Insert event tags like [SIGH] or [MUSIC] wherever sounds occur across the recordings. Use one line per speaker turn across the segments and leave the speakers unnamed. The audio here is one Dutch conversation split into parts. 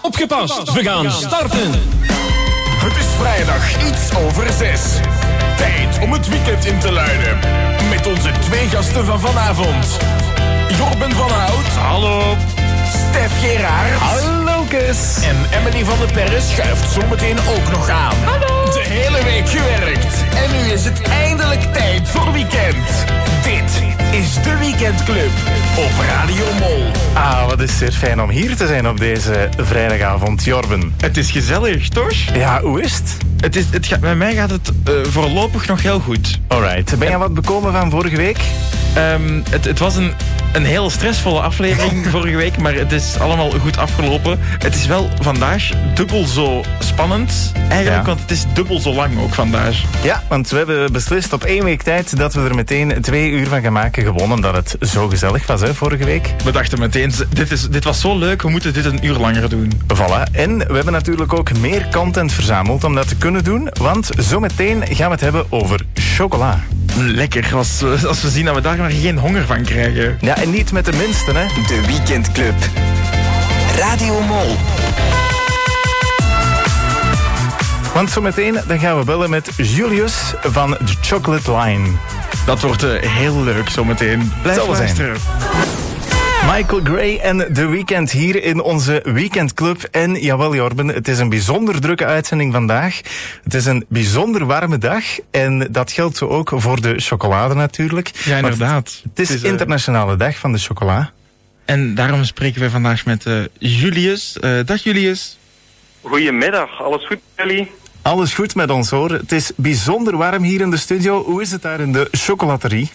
Opgepast, we gaan starten.
Het is vrijdag, iets over zes. Tijd om het weekend in te luiden. Met onze twee gasten van vanavond. Jorben van Hout. Hallo. Stef Geraard. Hallo, En Emily van den Perre schuift zometeen ook nog aan. Hallo. De hele week gewerkt. En nu is het eindelijk tijd voor weekend. Dit is de Weekendclub op Radio Mol.
Ah, wat is het fijn om hier te zijn op deze vrijdagavond, Jorben.
Het is gezellig, toch?
Ja, hoe is het?
Het is, het gaat, bij mij gaat het eh, voorlopig nog heel goed.
Alright. Ben je wat bekomen van vorige week?
Ehm, het, het was een, een heel stressvolle
[LAUGHS]
aflevering vorige week, maar het is allemaal goed afgelopen. Het is wel vandaag dubbel zo spannend, eigenlijk,
Ja.
want het is dubbel zo lang ook vandaag.
Ja, want we hebben beslist op één week tijd dat we er meteen twee uur van gaan maken. Gewoon omdat het zo gezellig was, hè, vorige week.
We dachten meteen, z- dit, is, dit was zo leuk, we moeten dit een uur langer doen.
Voilà. En we hebben natuurlijk ook meer content verzameld om dat te kunnen doen. Want zometeen gaan we het hebben over chocola.
Lekker, als, we- als we zien dat we daar maar geen honger van krijgen.
Ja, en niet met de minste, hè.
De Weekendclub. Radio Mol.
Want zometeen dan gaan we bellen met Julius van de Chocolate Line.
Dat wordt eh, heel leuk zometeen. Blijf
Zal wel zijn.
luisteren.
Michael Gray en The Weekend hier in onze Weekendclub. En jawel Jorben, het is een bijzonder drukke uitzending vandaag. Het is een bijzonder warme dag. En dat geldt zo ook voor de chocolade natuurlijk.
Ja,
Want
inderdaad.
Het is,
eh,
internationale dag van de chocola.
En daarom spreken we vandaag met eh, Julius. Eh, dag Julius.
Goedemiddag, alles goed met jullie?
Alles goed met ons hoor. Het is bijzonder warm hier in de studio. Hoe is het daar in de chocolaterie?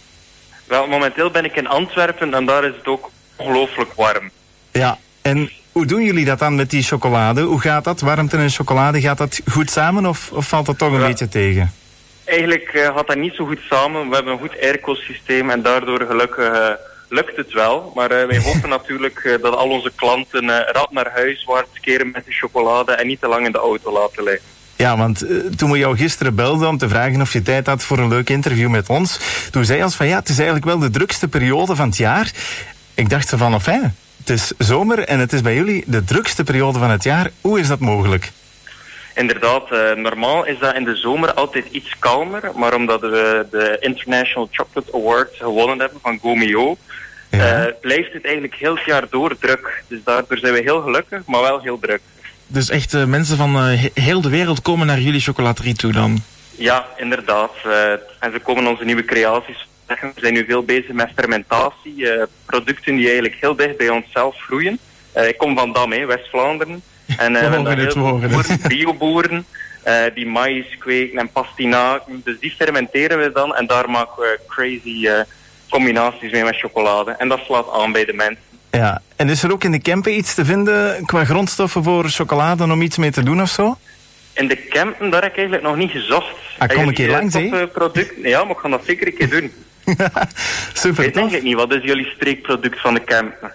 Wel, momenteel ben ik in Antwerpen en daar is het ook ongelooflijk warm.
Ja. En hoe doen jullie dat dan met die chocolade? Hoe gaat dat? Warmte en chocolade, gaat dat goed samen of, of valt dat toch een
Ja.
beetje tegen?
Eigenlijk eh, gaat dat niet zo goed samen. We hebben een goed airco-systeem en daardoor gelukkig eh, lukt het wel. Maar eh, wij hopen natuurlijk eh, dat al onze klanten eh, rap naar huis waart keren met de chocolade en niet te lang in de auto laten liggen.
Ja, want eh, toen we jou gisteren belden om te vragen of je tijd had voor een leuk interview met ons, toen zei ons van ja, het is eigenlijk wel de drukste periode van het jaar. Ik dacht ze van of hè, het is zomer en het is bij jullie de drukste periode van het jaar. Hoe is dat mogelijk?
Inderdaad, eh, normaal is dat in de zomer altijd iets kalmer, maar omdat we de International Chocolate Award gewonnen hebben van Gomeo,
Ja.
eh, blijft het eigenlijk heel het jaar door druk. Dus daardoor zijn we heel gelukkig, maar wel heel druk.
Dus echt eh, mensen van eh, he- heel de wereld komen naar jullie chocolaterie toe dan.
Ja, inderdaad. Eh, en ze komen onze nieuwe creaties zeggen. We zijn nu veel bezig met fermentatie. eh, producten die eigenlijk heel dicht bij onszelf groeien. Eh, ik kom van Dam, hè,
[LAUGHS]
West-Vlaanderen. En eh, we hebben daar
horen het,
heel
we
veel
horen het. [LAUGHS]
boeren, bioboeren eh, die maïs kweken en pastinaken. Dus die fermenteren we dan en daar maken we crazy eh, combinaties mee met chocolade. En dat slaat aan bij de mensen.
Ja. En is er ook in de Kempen iets te vinden qua grondstoffen voor chocolade om iets mee te doen of zo?
In de Kempen, daar heb ik eigenlijk nog niet gezocht.
Ah, kom een keer
Eigenlijk, eh,
langs, hè?
toffe
[LAUGHS]
producten. Ja, maar ik ga dat zeker een keer doen. Ik
Super
weet
tof.
eigenlijk niet, wat is jullie streekproduct van de Kempen?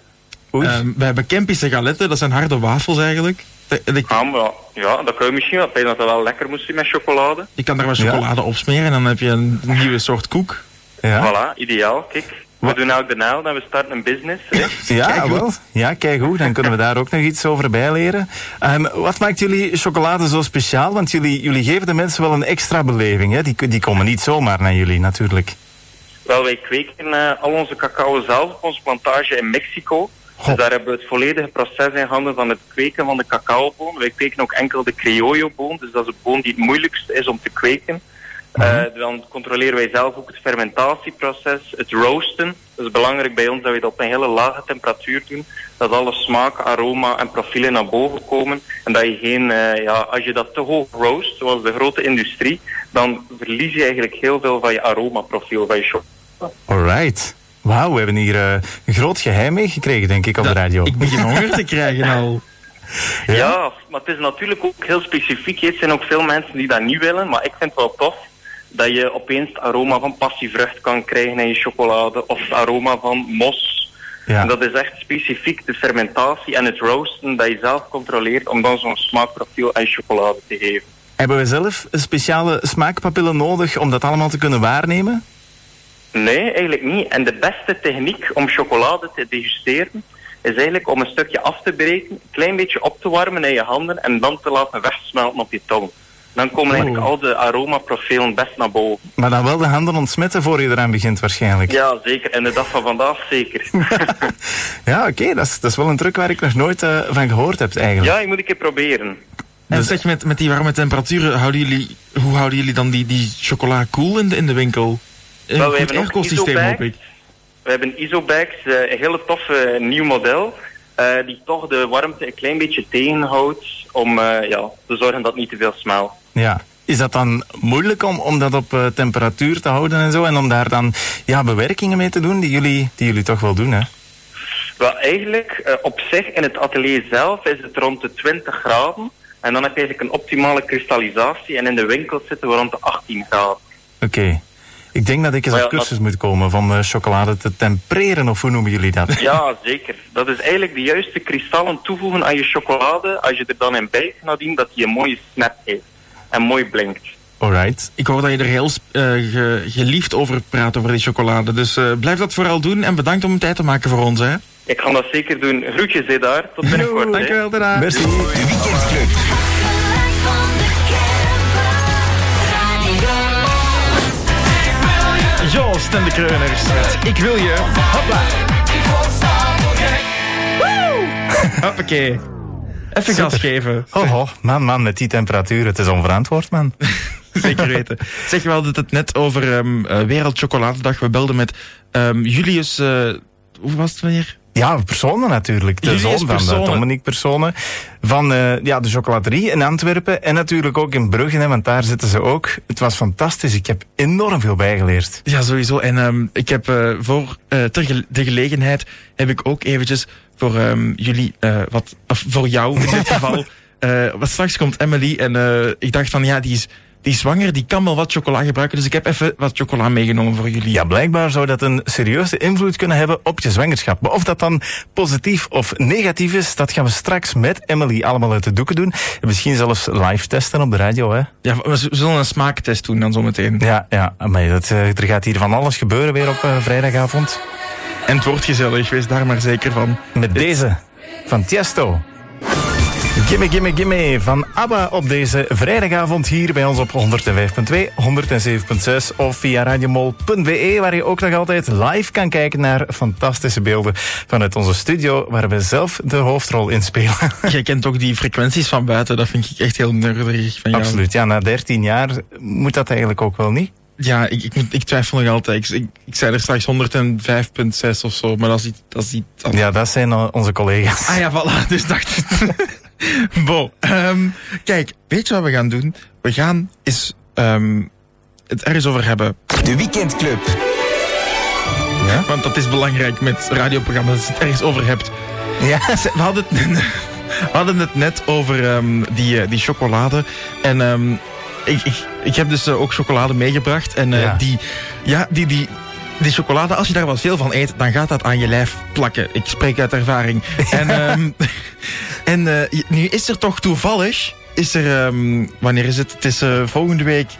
Oei.
Eh, we hebben Kempische galetten, dat zijn harde wafels eigenlijk. De- de-
Ah, maar ja, dat kan je misschien wel. Ik denk dat dat wel lekker moest zijn met chocolade.
je kan daar wat
Ja.
chocolade op smeren en dan heb je een nieuwe soort koek.
Ja,
Voilà, ideaal. Kijk, we
Wat?
doen elk de naald en we starten een business. hè.
[LAUGHS] ja wel. Ja, kijk hoe, dan kunnen we daar ook nog iets over bijleren. Ehm, wat maakt jullie chocolade zo speciaal? Want jullie, jullie geven de mensen wel een extra beleving. Hè? Die, die komen niet zomaar naar jullie, natuurlijk.
wel, wij kweken eh, al onze cacao zelf op onze plantage in Mexico. Dus daar hebben we het volledige proces in handen van het kweken van de cacaoboom. Wij kweken ook enkel de criollo-boom, dus dat is een boom die het moeilijkst is om te kweken. Eh, dan controleren wij zelf ook het fermentatieproces, het roosten. Dat is belangrijk bij ons dat we dat op een hele lage temperatuur doen. Dat alle smaak, aroma en profielen naar boven komen. En dat je geen, eh, ja, als je dat te hoog roost, zoals de grote industrie, dan verlies je eigenlijk heel veel van je aromaprofiel van je shop.
Alright. Wauw, we hebben hier eh, een groot geheim meegekregen, denk ik, op de
Dat-
radio.
Ik begin honger te krijgen al.
Ja. maar het is natuurlijk ook heel specifiek. hè. Er zijn ook veel mensen die dat niet willen, maar ik vind het wel tof dat je opeens het aroma van passievrucht kan krijgen in je chocolade of het aroma van mos.
Ja.
En dat is echt specifiek de fermentatie en het roosten dat je zelf controleert om dan zo'n smaakprofiel aan je chocolade te geven.
[LAUGHS] Hebben we zelf speciale smaakpapillen nodig om dat allemaal te kunnen waarnemen?
Nee, eigenlijk niet. En de beste techniek om chocolade te degusteren is eigenlijk om een stukje af te breken, een klein beetje op te warmen in je handen en dan te laten wegsmelten op je tong. Dan komen eigenlijk al de aromaprofielen best naar boven.
Maar dan wel de handen ontsmetten voor je eraan begint waarschijnlijk.
Ja, zeker. En de dag van vandaag zeker.
Ja, oké, dat, is, dat is wel een truc waar ik nog nooit eh, van gehoord heb eigenlijk.
ja, je moet een keer proberen.
En zeg je, Dus met, met die warme temperaturen, houden jullie, hoe houden jullie dan die, die chocola koel in de, in de winkel? Een
Wel, we
goed
hebben ook
airco-systeem,
isobags.
hoop ik.
We hebben isobags, eh, een hele toffe eh, nieuw model, eh, die toch de warmte een klein beetje tegenhoudt om eh, ja, te zorgen dat het niet te veel smelt.
Ja. Is dat dan moeilijk om, om dat op eh, temperatuur te houden en zo? En om daar dan ja, bewerkingen mee te doen die jullie, die jullie toch wel doen, hè?
Wel, eigenlijk eh, op zich in het atelier zelf is het rond de 20 graden. En dan heb je eigenlijk een optimale kristallisatie. En in de winkel zitten we rond de 18 graden.
Oké. Ik denk dat ik eens
Maar
op
Oh ja, dat-
cursus moet komen van eh, chocolade te tempereren, of hoe noemen jullie dat?
Ja, zeker. Dat is eigenlijk de juiste kristallen toevoegen aan je chocolade. Als je er dan in bijt nadien, dat die een mooie snap heeft. En mooi blinkt.
Alright.
Ik hoor dat je er heel sp- eh, ge- geliefd over praat, over die chocolade. Dus eh, blijf dat vooral doen en bedankt om tijd te maken voor ons. Hè.
Ik ga dat zeker doen. Groetjes, hè, daar. Tot binnenkort. hè.
Dankjewel, tada.
Merci.
De weekendclub.
geluid van de camper. Radio Mol.
Joost en de Kreuners. Ik wil je. Hopla. Woe! Hoppakee. Even gas geven.
Oh, oh, man, man, met die temperatuur, het is onverantwoord, man.
[LAUGHS] Zeker weten. Zeg, we hadden het net over ehm eh, Wereldchocoladedag. We belden met ehm, Julius... eh, hoe was het wanneer?
Ja, personen natuurlijk. [LAUGHS] De
Jullie
zoon
is
van eh,
Persone.
Dominique Personen. Van eh, ja, de chocolaterie in Antwerpen. En natuurlijk ook in Brugge, hè, want daar zitten ze ook. Het was fantastisch. Ik heb enorm veel bijgeleerd.
Ja, sowieso. En ehm, ik heb eh, voor eh, ter gele- de gelegenheid heb ik ook eventjes voor ehm, jullie, eh, wat, of voor jou in
[LAUGHS]
dit geval. eh, want straks komt Emily en eh, ik dacht van ja, die is, die is zwanger, die kan wel wat chocola gebruiken. Dus ik heb even wat chocola meegenomen voor jullie.
Ja, blijkbaar zou dat een serieuze invloed kunnen hebben op je zwangerschap. Maar of dat dan positief of negatief is, dat gaan we straks met Emily allemaal uit de doeken doen. En misschien zelfs live testen op de radio, hè?
Ja, we z- zullen een smaaktest doen dan zometeen.
Ja, ja. Maar dat, eh, er gaat hier van alles gebeuren weer op eh, vrijdagavond.
En het wordt gezellig, wees daar maar zeker van.
Met deze van Tiesto. Gimme, gimme, gimme van ABBA op deze vrijdagavond hier bij ons op 105.2, 107.6 of via radiomol.be waar je ook nog altijd live kan kijken naar fantastische beelden vanuit onze studio waar we zelf de hoofdrol in spelen. [LAUGHS]
Jij kent ook die frequenties van buiten, dat vind ik echt heel nerdig van jou.
Absoluut, ja, na 13 jaar moet dat eigenlijk ook wel niet.
Ja, ik, ik, moet- ik twijfel nog altijd. Ik, ik, ik zei er straks 105.6 of zo, maar dat is iets... Dat is iets anders.
Ja, dat zijn eh, onze collega's.
Ah ja, voilà, dus dacht [LAUGHS] Bo, ehm, kijk, weet je wat we gaan doen? We gaan eens ehm, het ergens over hebben.
De weekendclub.
Want dat is belangrijk met radioprogramma's, dat je het ergens over hebt.
Ja.
Ze- We hadden het, we hadden het net over ehm, die, eh, die chocolade. En ehm, ik, ik, ik heb dus eh, ook chocolade meegebracht. En eh,
Ja.
die... Ja, die... die die chocolade, als je daar wat veel van eet, dan gaat dat aan je lijf plakken. Ik spreek
[LAUGHS]
uit ervaring. En, ehm, en eh, je- nu is er toch toevallig, is er, ehm, wanneer is het? Het is eh, volgende week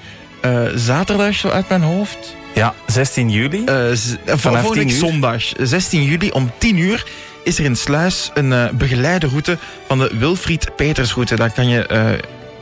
eh, zaterdag, zo uit mijn hoofd.
Ja, 16 juli.
Eh, z- eh,
Vanaf
volgende week
10 uur.
zondag, 16 juli om 10 uur, is er in Sluis een eh, begeleide route van de Wilfried Petersroute. Daar kan je eh,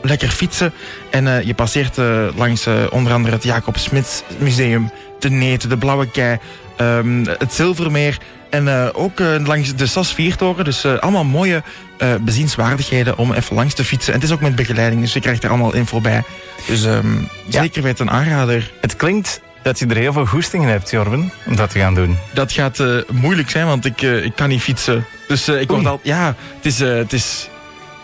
lekker fietsen en eh, je passeert eh, langs eh, onder andere het Jacob Smits Museum, de Neten, de Blauwe Kei, ehm, het Zilvermeer en eh, ook eh, langs de Sas Viertoren. Dus eh, allemaal mooie eh, bezienswaardigheden om even langs te fietsen. En het is ook met begeleiding, dus je krijgt er allemaal info bij. Dus ehm,
Ja.
zeker weten een aanrader.
Het klinkt dat je er heel veel goestingen hebt, Jorben, om dat te gaan doen.
Dat gaat eh, moeilijk zijn, want ik, eh, ik kan niet fietsen. Dus eh, ik word
Oei.
al. Ja, het is, eh, het is.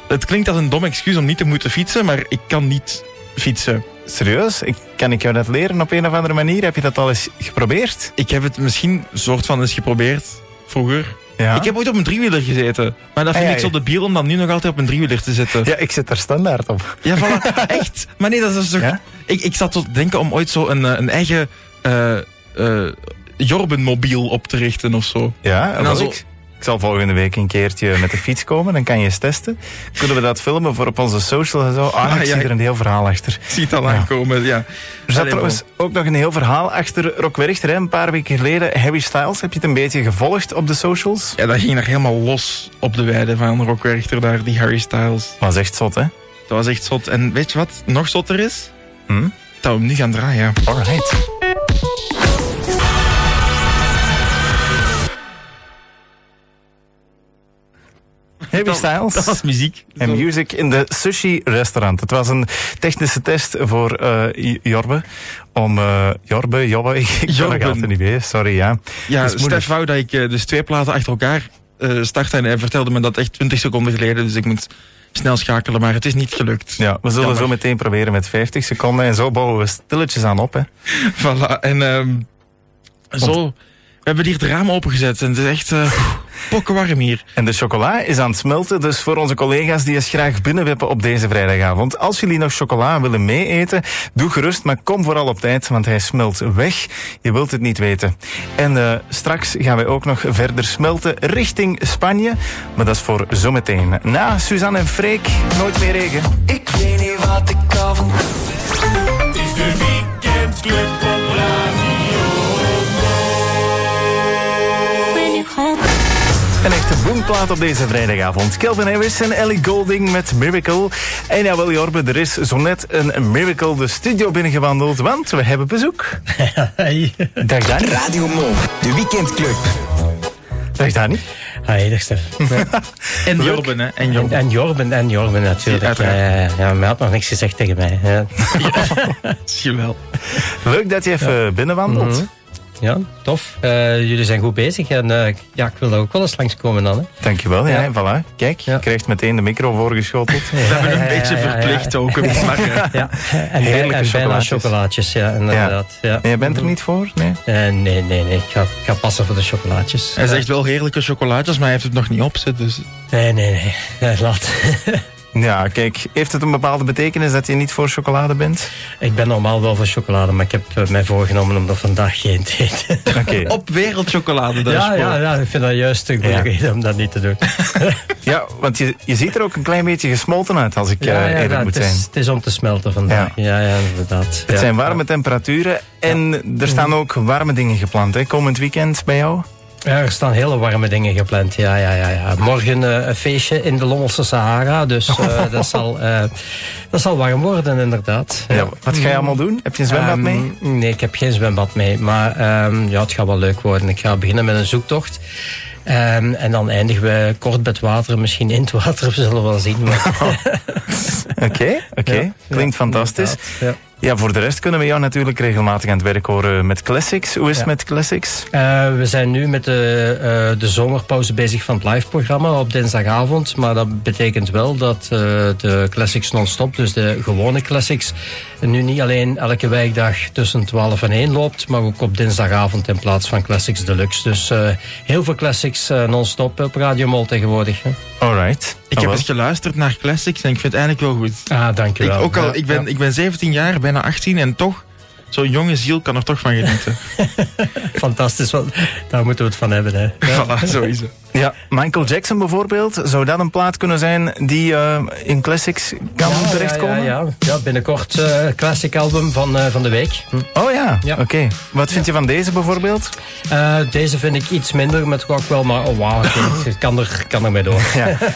Het klinkt als een dom excuus om niet te moeten fietsen, maar ik kan niet fietsen.
Serieus? Ik, kan ik jou dat leren op een of andere manier? Heb je dat al eens geprobeerd?
Ik heb het misschien soort van eens geprobeerd vroeger.
Ja.
Ik heb ooit op een driewieler gezeten, maar dat vind
Ai,
ik
ai.
zo debiel om dan nu nog altijd op een driewieler te zitten.
Ja, ik zit daar standaard op. [LAUGHS]
Ja, voilà. Echt? Maar nee, dat is toch...
Ja?
Ik, ik zat tot te denken om ooit zo een, eh, een eigen eh eh Jorbenmobiel op te richten of zo.
Ja,
En
was
dan
ik.
zo-
Ik zal volgende week een keertje met de fiets komen, dan kan je eens testen. Kunnen we dat filmen voor op onze social en zo? Ah,
Ah,
ik
ja,
zie er een heel verhaal achter.
Ik zie het al
Ja.
aankomen, ja.
Er zat
Allee,
trouwens ook nog een heel verhaal achter Rock Werchter, hè, een paar weken geleden. Harry Styles, heb je het een beetje gevolgd op de socials?
Ja, dat ging er helemaal los op de weide van Rock Werchter daar, die Harry Styles.
Was echt zot, hè?
Dat was echt zot. En weet je wat nog zotter is?
Hm?
Dat we hem nu gaan draaien.
Alright. Harry Styles.
Dat was muziek.
En
Zo.
music in de sushi restaurant. Het was een technische test voor eh, J- Jorbe. Om eh, Jorbe, [LAUGHS] Jobbe, ik, ik kan het
Jorben.
altijd niet meer. Sorry, ja.
Ja,
Dat is moeilijk.
Stef wou dat ik eh, dus twee platen achter elkaar eh startte. En hij vertelde me dat echt 20 seconden geleden. Dus ik moet snel schakelen, maar het is niet gelukt.
Ja, we zullen
Jammer.
zo meteen proberen met 50 seconden. En zo bouwen we stilletjes aan op. Hè.
Voilà. En ehm, zo. We hebben hier het raam opengezet. En het is echt eh pokkenwarm hier.
En de chocola is aan het smelten. Dus voor onze collega's die eens graag binnenwippen op deze vrijdagavond. Als jullie nog chocola willen meeeten, doe gerust. Maar kom vooral op tijd, want hij smelt weg. Je wilt het niet weten. En eh, straks gaan wij ook nog verder smelten richting Spanje. Maar dat is voor zometeen. Na Suzanne en Freek, nooit meer regen.
Ik weet niet wat ik al van
is de weekendclub op
When you hold
Een echte boomplaat op deze vrijdagavond. Kelvin Harris en Ellie Golding met Miracle. En jawel Jorbe, er is zo net een Miracle de studio binnengewandeld, want we hebben bezoek.
Hey.
Dag Dani.
Radio Mol. De weekendclub.
Dag Dani.
Hi, dag Stef.
En Jorben, hè? En Jorben.
En Jorben, en Jorben natuurlijk.
Ja,
Ja, ja, ja, maar hij had nog niks gezegd tegen mij.
[LAUGHS]
Ja,
Zie je wel.
Leuk dat je even binnenwandelt.
Mhm. ja tof. Eh, jullie zijn goed bezig en eh, ja, ik wil daar ook wel eens langskomen dan. Hè.
Dankjewel. Ja,
Ja.
en voilà. Kijk, je
Ja.
krijgt meteen de micro voorgeschoteld.
We hebben een
ja,
beetje
ja, ja, ja.
verplicht ook. een smaak.
Ja. En, bij-
Heerlijke
en bijna
chocolaatjes.
chocolaatjes, ja, inderdaad. Ja.
Nee, jij bent er niet voor? Nee.
Eh, nee, nee, nee. Ik ga, ik ga passen voor de chocolaatjes.
Hij zegt wel heerlijke chocolaatjes, maar hij heeft het nog niet op zit. Dus
Nee, nee, nee. [LAUGHS] Eh, laat.
Ja, kijk, heeft het een bepaalde betekenis dat je niet voor chocolade bent?
ik ben normaal wel voor chocolade, maar ik heb eh, mij voorgenomen om er vandaag geen te eten.
Oké.
op wereldchocolade, dat
Ja,
is
ja, ja, ik vind dat juist een goede
Ja.
reden om dat niet te doen.
[LAUGHS] Ja, want je, je ziet er ook een klein beetje gesmolten uit, als ik eh
Ja, ja,
eerlijk
ja,
moet
het,
zijn.
is, het is om te smelten vandaag.
Ja.
Ja, ja, Mhm. inderdaad.
Het zijn warme temperaturen en er staan ook warme dingen gepland. Hè? Komend weekend bij jou?
Ja, er staan hele warme dingen gepland. Ja, ja, ja, ja. Morgen eh, een feestje in de Lommelse Sahara. Dus
[LAUGHS]
eh, dat, zal, eh, dat zal warm worden, inderdaad.
Ja. Wat ga je allemaal doen? Heb je een zwembad
Ehm,
mee?
Nee, ik heb geen zwembad mee. Maar ehm, ja, het gaat wel leuk worden. Ik ga beginnen met een zoektocht. Ehm, en dan eindigen we kort bij het water, misschien in het water, we zullen wel zien. Maar,
[LAUGHS] Oké, oké.
Ja.
Klinkt fantastisch.
Ja.
Ja, voor de rest kunnen we jou natuurlijk regelmatig aan het werk horen met Classics. Hoe is het
Ja.
met Classics?
Eh, we zijn nu met de, eh, de zomerpauze bezig van het live-programma op dinsdagavond. Maar dat betekent wel dat eh, de classics non-stop, dus de gewone classics, nu niet alleen elke wijkdag tussen 12 en 1 loopt, maar ook op dinsdagavond in plaats van Classics Deluxe. Dus eh, heel veel classics eh, non-stop op Radio Mol tegenwoordig. Hè?
Alright. Ah,
Ik heb eens geluisterd naar classics en ik vind het eigenlijk wel goed.
Ah,
Ik,
dankjewel.
ook al,
Ja,
ik, ben,
ja.
ik ben 17 jaar, bijna 18 en toch, zo'n jonge ziel kan er toch van genieten.
[LAUGHS]
Fantastisch, want daar moeten we het van hebben. [LAUGHS] Hè.
voilà, sowieso.
Ja, Michael Jackson bijvoorbeeld, zou dat een plaat kunnen zijn die eh, in Classics kan
Ja,
terechtkomen?
Ja, ja, ja. Ja, binnenkort eh classic album van, eh, van de week.
Oh ja,
Ja.
oké. Wat vind je van deze bijvoorbeeld?
Eh, deze vind ik iets minder, maar toch ook wel. Maar oh, wauw,
[LAUGHS]
oké, ik kan er, kan er mee door. [LAUGHS]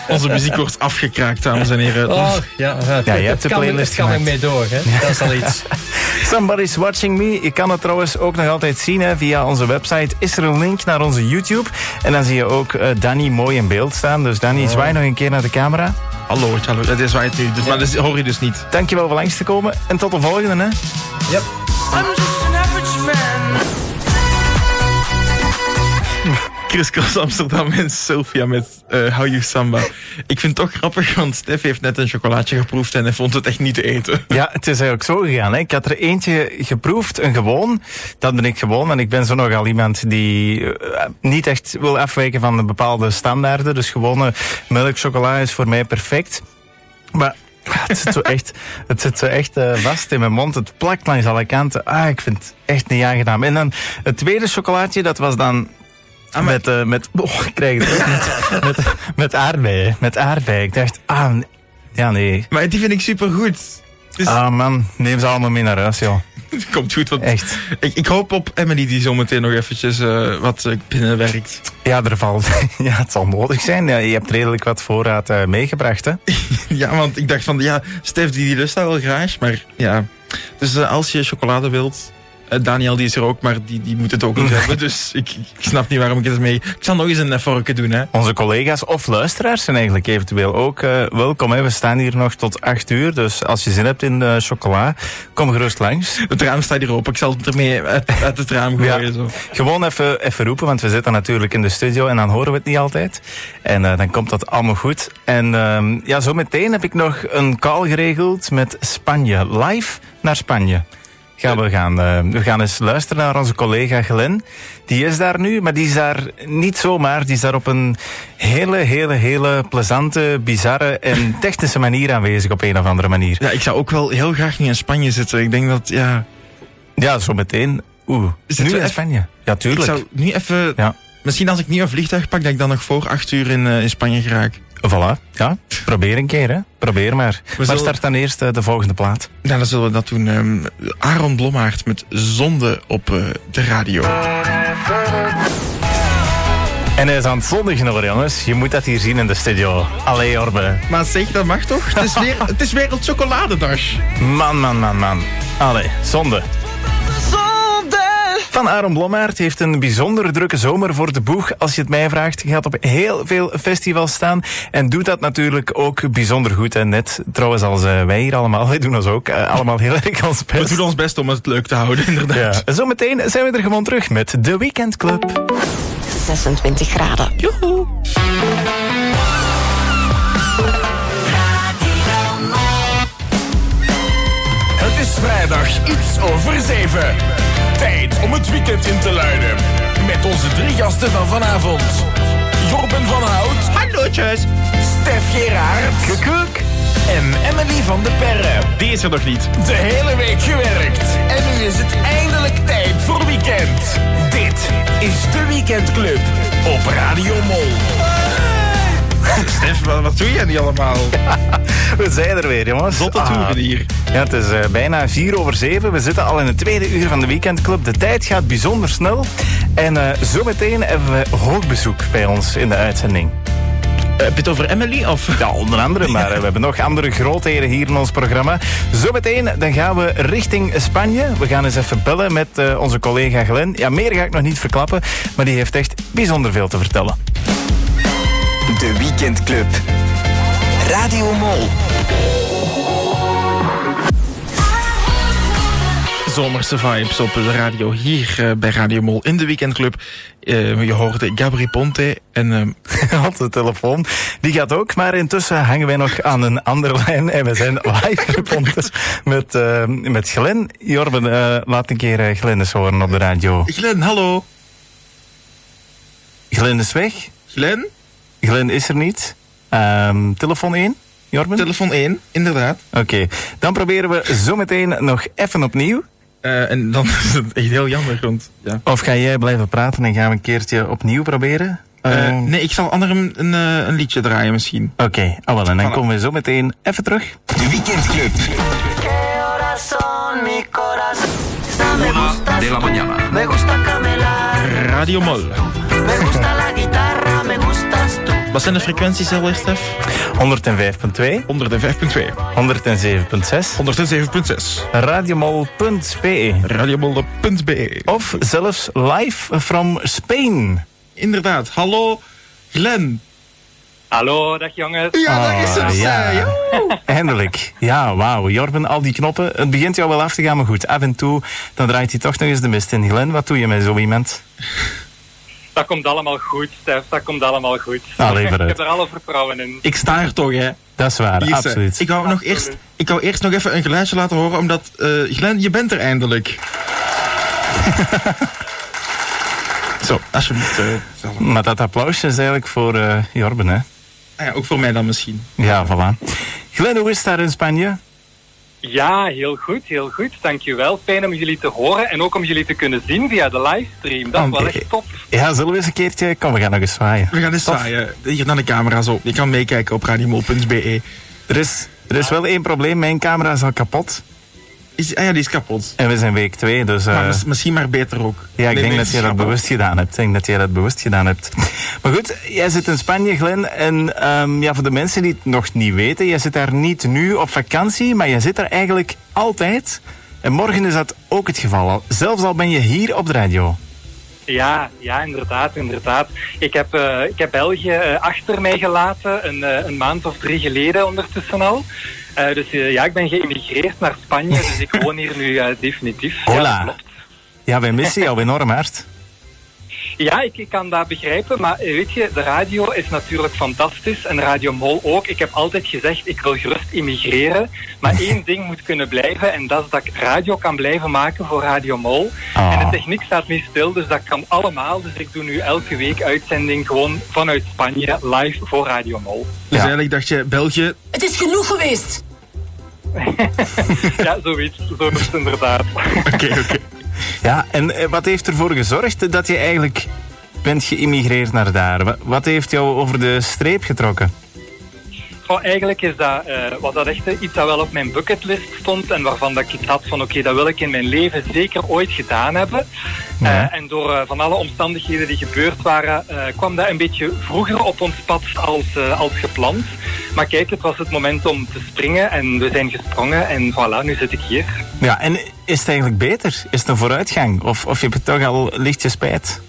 Onze muziek wordt afgekraakt, dames en heren.
Ah.
Oh, ja, eh, het-
Ja, je hebt
het
de
kan,
playlist
het kan er
gemaakt.
mee door, hè? Dat is al iets.
[LAUGHS] Somebody's Watching Me. Je kan het trouwens ook nog altijd zien hè, via onze website. Is er een link naar onze YouTube? En dan zie je ook eh, Danny mooi in beeld staan. Dus
Oh.
Danny, zwaai nog een keer naar de camera.
Hallo, hallo. Dat is waar het nu. Dus, maar dat hoor je dus niet.
Dankjewel voor langs te komen en tot de volgende. Hè.
Yep.
Chris Cross Amsterdam en Sylvia met eh How You Samba. Ik vind het toch grappig, want Stef heeft net een chocolaatje geproefd en hij vond het echt niet te eten.
Ja, het is eigenlijk zo gegaan. Hè. Ik had er eentje geproefd, een gewoon. Dat ben ik gewoon. En ik ben zo nogal iemand die eh, niet echt wil afwijken van de bepaalde standaarden. Dus gewone melkchocola is voor mij perfect. Maar het zit zo echt, het zit zo echt eh, vast in mijn mond. Het plakt langs alle kanten. Ah, ik vind het echt niet aangenaam. En dan het tweede chocolaatje, dat was dan met, eh, met, oh, ik krijg het ook niet.
[LAUGHS]
met, met aardbeien. Met aardbeien. Ik dacht, ah, nee. ja nee.
Maar die vind ik supergoed. Dus
Ah man, neem ze allemaal mee naar huis, joh.
[LAUGHS] het komt goed. Want
Echt.
ik, ik hoop op Emily die zometeen nog eventjes eh, wat eh, binnenwerkt.
Ja, er valt. [LAUGHS] Ja, het zal nodig zijn. Ja, je hebt redelijk wat voorraad eh, meegebracht, hè?
[LAUGHS] Ja, want ik dacht van, ja, Stef die, die lust dat wel graag, maar ja. Dus eh, als je chocolade wilt, eh, Daniel die is er ook, maar die, die moet
[LAUGHS]
het ook niet hebben. Dus ik, ik snap niet waarom ik het mee... Ik zal nog eens een eh, vorkje doen, hè.
Onze collega's of luisteraars zijn eigenlijk eventueel ook eh, welkom. Hè? We staan hier nog tot 8 uur, dus als je zin hebt in eh, chocola, kom gerust langs.
Het raam staat hier open, ik zal het ermee uit, uit het raam gooien.
Ja.
Zo.
Gewoon even, even roepen, want we zitten natuurlijk in de studio en dan horen we het niet altijd. En eh, dan komt dat allemaal goed. En ehm ja, zometeen heb ik nog een call geregeld met Spanje. Live naar Spanje. Gaan we, gaan, eh, we gaan eens luisteren naar onze collega Glen. Die is daar nu, maar die is daar niet zomaar. Die is daar op een hele, hele, hele plezante, bizarre en technische manier aanwezig op een of andere manier.
Ja, ik zou ook wel heel graag niet in Spanje zitten. Ik denk dat, ja...
Ja, zometeen. Oeh,
Is het
nu
zo
in
eff-
Spanje. Ja,
Ik
tuurlijk.
zou nu even...
Ja.
Misschien als ik nu een vliegtuig pak, dat ik dan nog voor acht uur in, eh, in Spanje geraak.
Voilà, ja. Probeer een keer, hè. Probeer maar. Maar
zullen-
start dan eerst eh, de volgende plaat.
Nou, dan zullen we dat doen. ehm, Aaron Blommaert met Zonde op eh, de radio.
En hij is aan het zondigen hoor, jongens. Je moet dat hier zien in de studio. Allee, Orbe.
Maar zeg, dat mag toch? Het is, weer, het is Wereldschocoladedag.
Man, man, man, man. Allee, zonde. Van Aaron Blommaert heeft een bijzonder drukke zomer voor de boeg. Als je het mij vraagt, je gaat op heel veel festivals staan. En doet dat natuurlijk ook bijzonder goed. En net, trouwens, als eh, wij hier allemaal, wij doen ons ook eh, allemaal heel [LAUGHS] erg ons
We
best.
doen ons best om het leuk te houden, inderdaad.
Ja. Zometeen zijn we er gewoon terug met de Weekend Club.
26 graden.
Het is vrijdag iets over zeven. Tijd om het weekend in te luiden. Met onze drie gasten van vanavond. Jorben van Hout,
Hallootjes!
Stef Geraert en Emily van de Perre.
Die is er nog niet.
De hele week gewerkt. En nu is het eindelijk tijd voor weekend. Dit is de Weekendclub op Radio Mol.
[LAUGHS] Stef, wat, wat doe jij niet allemaal?
[LAUGHS] We zijn er weer, jongens. Ah.
Zotte toeren hier.
Ja, het is eh, bijna vier over zeven. We zitten al in het tweede uur van de weekendclub. De tijd gaat bijzonder snel. En eh, zometeen hebben we hoogbezoek bij ons in de uitzending.
Eh, Heb je het over Emily? Of?
Ja, onder andere, maar eh, we hebben nog andere grootheden hier in ons programma. Zometeen dan gaan we richting Spanje. We gaan eens even bellen met eh, onze collega Glen. Ja, meer ga ik nog niet verklappen, maar die heeft echt bijzonder veel te vertellen.
De Weekendclub. Radio Mol.
Zomerse vibes op de radio hier eh, bij Radio Mol in de weekendclub. Eh, je hoorde Gabri Ponte en ehm,
[LAUGHS] had de telefoon. Die gaat ook, maar intussen hangen wij nog aan een andere lijn en we zijn live verbonden met, eh, met Glen. Jorben, eh, laat een keer eh, Glen eens horen op de radio.
Glen, hallo.
Glen is weg.
Glen,
Glen is er niet. Ehm, telefoon 1, Jorben?
telefoon 1, inderdaad.
Oké, dan proberen we zometeen nog even opnieuw.
Eh, en dan is het echt heel jammer, want ja.
Of ga jij blijven praten en gaan we een keertje opnieuw proberen?
Eh,
Ehm,
nee, ik zal anderen een, eh, een liedje draaien misschien.
Oké, ah, wel, en dan komen we zo meteen even terug.
De Weekendclub.
de la mañana. Me gusta camelar,
Radio Mol.
me gusta la guitarra, me gustas tú.
Wat zijn de frequenties alweer, Stef?
105.2,
Onder de
107.6,
5.2. 107.6.
radiomol.pe.
Radiomolder.be.
E. Of zelfs live from Spain.
Inderdaad, hallo Glen.
Hallo, dag jongens.
Ja, daar is het.
Ah, ja.
eh, ja.
Eindelijk. Ja, wauw. Jorben, al die knoppen. Het begint jou wel af te gaan, maar goed. Af en toe, dan draait hij toch nog eens de mist in. Glen, wat doe je met zo iemand?
Dat komt allemaal goed, Stef. Dat komt allemaal goed.
Allee,
ik
vooruit.
heb er alle vertrouwen in.
Ik sta er toch, hè?
Dat is waar,
Hier,
absoluut.
eh, Ik wou, nog eerst, ik wou eerst nog even een geluidje laten horen, omdat eh Glen, je bent er
[LAUGHS]
eindelijk. Zo, alsjeblieft. eh, zelf.
Maar dat applausje is eigenlijk voor eh, Jorben, hè?
Ah ja, ook voor mij dan misschien.
Ja, voilà. Glen, hoe is het daar in Spanje?
Ja, heel goed, heel goed. Dankjewel. Fijn om jullie te horen en ook om jullie te kunnen zien via de livestream. Dat is
Oh,
wel
eh,
echt top.
Ja, zullen we eens een keertje... Kom, we gaan nog eens zwaaien.
We gaan eens
Tof.
zwaaien. Hier naar de camera's op. Je kan meekijken op radiomol.be.
E. Er is, er is wel één probleem. Mijn camera is al kapot.
Is, ah ja, die is kapot.
En we zijn week twee, dus... eh,
Maar mis- misschien maar beter ook.
ja, ik
Nee,
denk
nee,
dat jij dat
kapot.
bewust gedaan hebt. Ik denk dat jij dat bewust gedaan hebt. Maar goed, jij zit in Spanje, Glen. En ehm, ja, voor de mensen die het nog niet weten... Jij zit daar niet nu op vakantie, maar jij zit daar eigenlijk altijd. En morgen is dat ook het geval. al. Zelfs al ben je hier op de radio.
Ja, ja, inderdaad, inderdaad. Ik heb, eh, ik heb België eh, achter mij gelaten, een, eh, een maand of drie geleden ondertussen al. Eh, dus eh, ja, ik ben geëmigreerd naar Spanje, dus ik woon hier nu eh, definitief. Ja,
Hola.
dat klopt.
Ja, wij missen jou enorm hard.
Ja, ik, ik kan dat begrijpen, maar eh, weet je, de radio is natuurlijk fantastisch en Radio Mol ook. Ik heb altijd gezegd, ik wil gerust immigreren, maar één ding moet kunnen blijven en dat is dat ik radio kan blijven maken voor Radio Mol.
Ah.
En de techniek staat niet stil, dus dat kan allemaal. Dus ik doe nu elke week uitzending gewoon vanuit Spanje live voor Radio Mol.
Ja.
Dus eigenlijk dacht je, België,
Het is genoeg geweest.
ja, zoiets, zoiets inderdaad.
oké, oké.
Ja, en eh, wat heeft ervoor gezorgd dat je eigenlijk bent geïmmigreerd naar daar? Wa- Wat heeft jou over de streep getrokken?
Goh, eigenlijk is dat, eh, was dat echt eh, iets dat wel op mijn bucketlist stond en waarvan dat ik iets had van oké, dat wil ik in mijn leven zeker ooit gedaan hebben.
Ja.
Eh, en door eh, van alle omstandigheden die gebeurd waren, eh, kwam dat een beetje vroeger op ons pad als, eh, als gepland. Maar kijk, het was het moment om te springen en we zijn gesprongen en voilà, nu zit ik hier.
Ja, en is het eigenlijk beter? Is het een vooruitgang? Of, of heb je toch al lichtje spijt?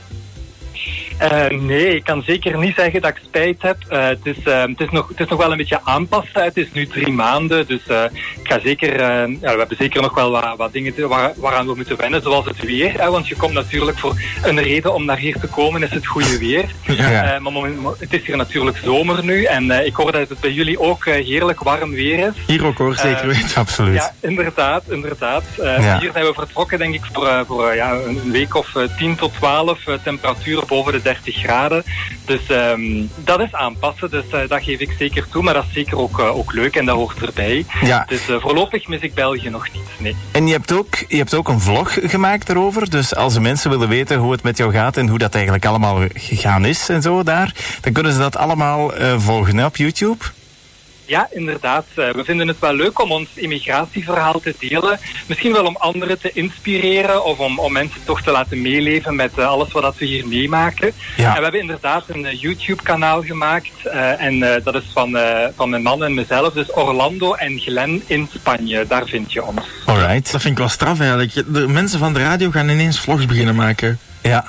Eh, nee, ik kan zeker niet zeggen dat ik spijt heb. Eh, het, is, eh, het, is nog, het is nog wel een beetje aanpassen. Het is nu drie maanden, dus eh, ik ga zeker, eh, ja, we hebben zeker nog wel wat, wat dingen te- waar, waaraan we moeten wennen, zoals het weer. Hè, want je komt natuurlijk voor een reden om naar hier te komen, is het goede weer.
Ja.
Eh, maar moment- mo- het is hier natuurlijk zomer nu en eh, ik hoor dat het bij jullie ook eh, heerlijk warm weer is.
Hier ook hoor, zeker
Eh,
weten.
Absoluut.
Ja, [LAUGHS] inderdaad, inderdaad. Eh,
Ja.
Hier zijn we vertrokken, denk ik, voor, eh, voor eh, ja, een week of eh, 10 tot 12. eh, temperaturen boven de 30 graden. Dus ehm, dat is aanpassen, dus eh, dat geef ik zeker toe. Maar dat is zeker ook, eh, ook leuk en dat hoort erbij.
Ja.
Dus eh, voorlopig mis ik België nog niet, nee.
En je hebt, ook, je hebt ook een vlog gemaakt erover. Dus als de mensen willen weten hoe het met jou gaat en hoe dat eigenlijk allemaal gegaan is en zo daar, dan kunnen ze dat allemaal eh, volgen hè, op YouTube.
Ja, inderdaad. Eh, We vinden het wel leuk om ons immigratieverhaal te delen. Misschien wel om anderen te inspireren of om, om mensen toch te laten meeleven met eh, alles wat dat we hier meemaken.
Ja.
En we hebben inderdaad een eh, YouTube-kanaal gemaakt. eh, en eh, dat is van, eh, van mijn man en mezelf. Dus Orlando en Glen in Spanje. Daar vind je ons.
Alright.
Dat vind ik wel straf eigenlijk. De mensen van de radio gaan ineens vlogs beginnen maken.
Ja.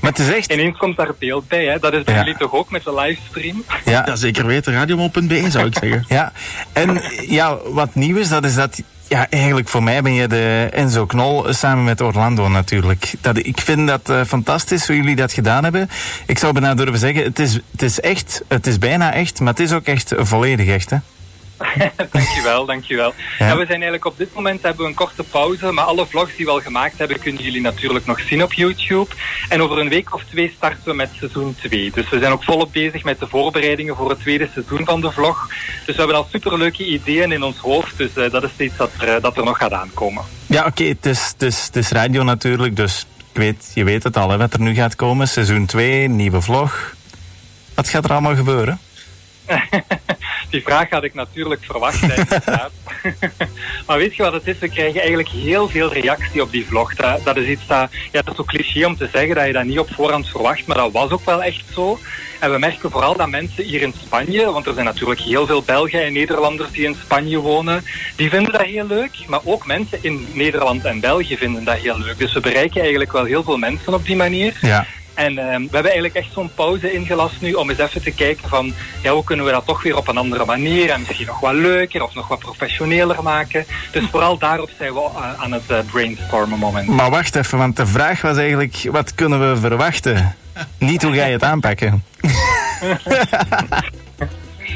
Maar het is
[LAUGHS]
echt...
Ineens komt daar beeld bij. Hè? Dat is bij
Ja.
jullie toch ook met de livestream?
Ja,
Ja, zeker weten. Radiomol.be zou ik zeggen.
[LAUGHS] Ja, en ja, wat nieuw is, dat is dat... Ja, eigenlijk voor mij ben je de Enzo Knol eh, samen met Orlando natuurlijk. Dat, ik vind dat eh, fantastisch hoe jullie dat gedaan hebben. Ik zou bijna durven zeggen, het is, het is echt, het is bijna echt, maar het is ook echt volledig echt. Hè?
dankjewel, dankjewel.
Ja.
Ja. we zijn eigenlijk op dit moment hebben we een korte pauze, maar alle vlogs die we al gemaakt hebben, kunnen jullie natuurlijk nog zien op YouTube. En over een week of twee starten we met seizoen 2. Dus we zijn ook volop bezig met de voorbereidingen voor het tweede seizoen van de vlog. Dus we hebben al superleuke ideeën in ons hoofd, dus eh, dat is iets dat er, eh, dat er nog gaat aankomen.
Ja, oké, het, is, het, is, het is radio natuurlijk, dus ik weet, je weet het al, hè, wat er nu gaat komen. Seizoen 2, nieuwe vlog. Wat gaat er allemaal gebeuren?
Die vraag had ik natuurlijk verwacht. hè, inderdaad. maar weet je wat het is? We krijgen eigenlijk heel veel reactie op die vlog. Dat, dat is iets dat, ja, dat is zo cliché om te zeggen dat je dat niet op voorhand verwacht, maar dat was ook wel echt zo. En we merken vooral dat mensen hier in Spanje, want er zijn natuurlijk heel veel Belgen en Nederlanders die in Spanje wonen, die vinden dat heel leuk. Maar ook mensen in Nederland en België vinden dat heel leuk. Dus we bereiken eigenlijk wel heel veel mensen op die manier.
Ja.
En ehm, we hebben eigenlijk echt zo'n pauze ingelast nu om eens even te kijken van ja, hoe kunnen we dat toch weer op een andere manier en misschien nog wat leuker of nog wat professioneler maken. Dus vooral daarop zijn we eh, aan het eh, brainstormen moment.
Maar wacht even, want de vraag was eigenlijk, wat kunnen we verwachten? Niet hoe ga je het aanpakken?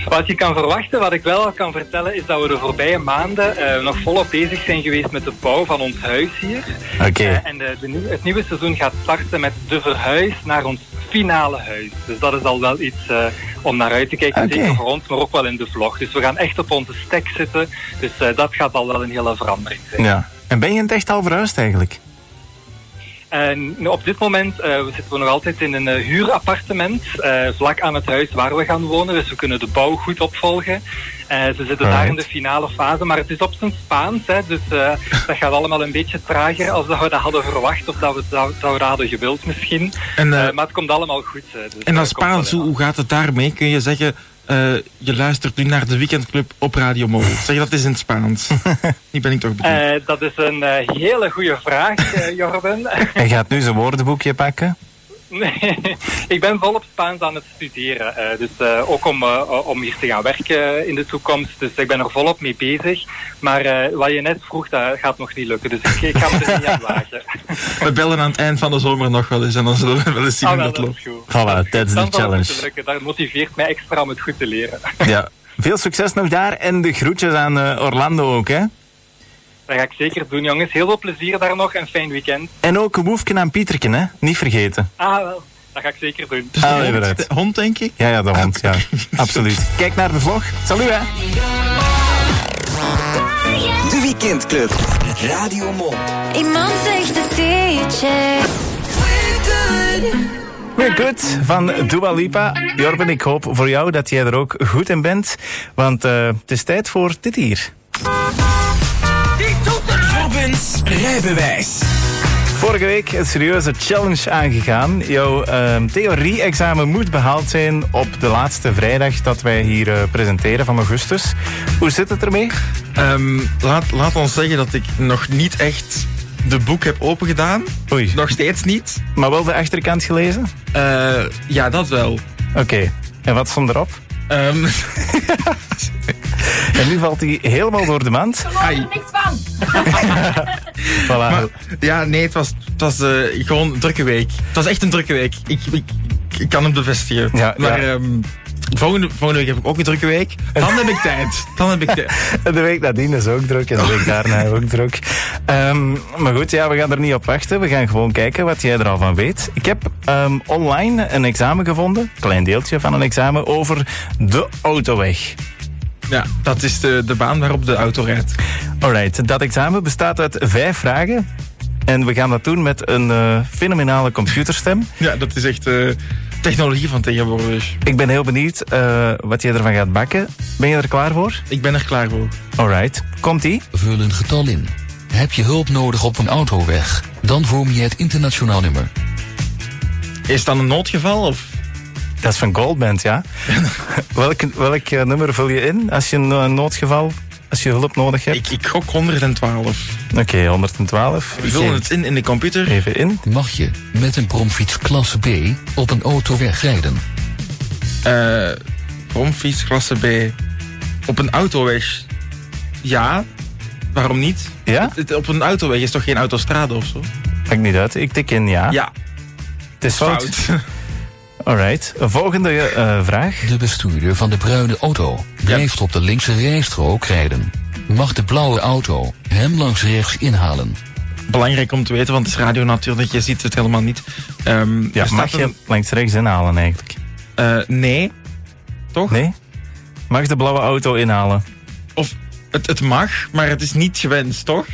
Wat je kan verwachten, wat ik wel al kan vertellen, is dat we de voorbije maanden eh, nog volop bezig zijn geweest met de bouw van ons huis hier.
Oké.
Eh, en de, de nieuw- het nieuwe seizoen gaat starten met de verhuis naar ons finale huis. Dus dat is al wel iets eh, om naar uit te kijken.
Oké.
Zeker voor ons, maar ook wel in de vlog. Dus we gaan echt op onze stek zitten. Dus eh, dat gaat al wel een hele verandering zijn.
Ja. En ben je in het echt al verhuisd eigenlijk?
En nu, op dit moment eh, we zitten we nog altijd in een eh, huurappartement, eh, vlak aan het huis waar we gaan wonen. Dus we kunnen de bouw goed opvolgen. Eh, ze zitten daar in de finale fase, maar het is op zijn Spaans. Hè, dus eh, dat gaat allemaal een beetje trager als dat we dat hadden verwacht of dat we dat, dat we dat hadden gewild misschien.
En, eh,
Eh, maar het komt allemaal goed. eh, dus,
En
eh,
als
komt wel
Spaans, hoe, hoe gaat het daarmee? Kun je zeggen, eh, je luistert nu naar de weekendclub op Radio
[LAUGHS]
Mol. Zeg je dat is in het Spaans? Die ben ik toch benieuwd.
Eh, dat is een eh, hele goede vraag, eh, Jorben. [LAUGHS]
Hij gaat nu zijn woordenboekje pakken.
Nee, [LAUGHS] ik ben volop Spaans aan het studeren. eh, dus eh, ook om, eh, om hier te gaan werken in de toekomst. Dus ik ben er volop mee bezig. Maar eh, wat je net vroeg, dat gaat nog niet lukken. Dus ik, ik ga me er niet
[LAUGHS]
aan wagen.
We bellen aan het eind van de zomer nog wel eens en dan zullen we wel eens zien
Ah,
hoe
wel,
dat
dat is
loopt.
goed.
Voilà, dat is
Dan
de
zal het moeten
challenge.
lukken. Dat motiveert mij extra om het goed te leren.
Ja. Veel succes nog daar en de groetjes aan eh, Orlando ook, hè?
Dat ga ik zeker doen, jongens. Heel veel plezier daar nog en fijn weekend.
En ook een woefje aan Pieterken, hè? Niet vergeten.
Ah, wel. Dat ga ik zeker doen.
Ah, nee, bereid.
Dus De hond, denk ik.
Ja, ja, de hond,
[LAUGHS]
ja. Absoluut. Kijk naar de vlog. Salut, hè?
De Weekendclub. Radio Mol.
Iemand zegt het teetje.
Weer goed van Dua Lipa. Jorben, ik hoop voor jou dat jij er ook goed in bent. Want eh, het is tijd voor dit hier.
Robins rijbewijs.
Vorige week een serieuze challenge aangegaan. Jouw ehm, theorie-examen moet behaald zijn op de laatste vrijdag dat wij hier eh, presenteren van augustus. Hoe zit het ermee?
Ehm, laat, laat ons zeggen dat ik nog niet echt de boek heb opengedaan.
Oei,
Nog steeds niet.
maar wel de achterkant gelezen?
Eh, ja, dat wel.
Oké, en wat stond erop?
Ehm,
[LAUGHS] En nu valt hij helemaal door de mand.
ai.
[LAUGHS] Voilà.
Maar, ja, nee, het was, het was eh, gewoon een drukke week. Het was echt een drukke week. Ik, ik, ik kan hem bevestigen.
Ja,
maar
ja.
ehm, volgende, volgende week heb ik ook een drukke week. Dan heb ik tijd. Dan heb ik tijd.
En de week nadien is ook druk en de week daarna ook druk. Ehm, maar goed, ja, we gaan er niet op wachten. We gaan gewoon kijken wat jij er al van weet. Ik heb ehm, online een examen gevonden, klein deeltje van een examen, over de autoweg.
Ja, dat is de, de baan waarop de auto rijdt.
Alright, dat examen bestaat uit vijf vragen. En we gaan dat doen met een eh, fenomenale computerstem.
Ja, dat is echt eh, technologie van tegenwoordig.
Ik ben heel benieuwd eh, wat jij ervan gaat bakken. Ben je er klaar voor?
Ik ben er klaar voor.
Alright, komt-ie.
Vul een getal in. Heb je hulp nodig op een autoweg? Dan vorm je het internationaal nummer.
Is dat een noodgeval? Of?
Dat is van Goldband,
[LAUGHS]
ja. welk welk eh, nummer vul je in als je een eh, noodgeval, als je hulp nodig hebt?
Ik, ik gok 112.
Oké, 112.
We vullen het in in de computer.
Even in.
Mag je, met een bromfiets klasse B, op een autoweg rijden?
eh bromfiets klasse B. Op een autoweg. Ja, waarom niet?
Ja?
Het- Op een autoweg is toch geen autostrade of zo?
Maakt niet uit. Ik tik in ja.
Ja,
het is fout.
fout.
[LAUGHS] Alright. Volgende eh, vraag.
De bestuurder van de bruine auto blijft op de linkse rijstrook rijden. Mag de blauwe auto hem langs rechts inhalen?
Belangrijk om te weten, want het is radio natuurlijk, je ziet het helemaal niet. Ehm,
Ja,
er staat
mag je
een-
langs rechts inhalen eigenlijk?
eh, nee. Toch?
Nee? Mag de blauwe auto inhalen?
Of het, het mag, maar het is niet gewenst, toch?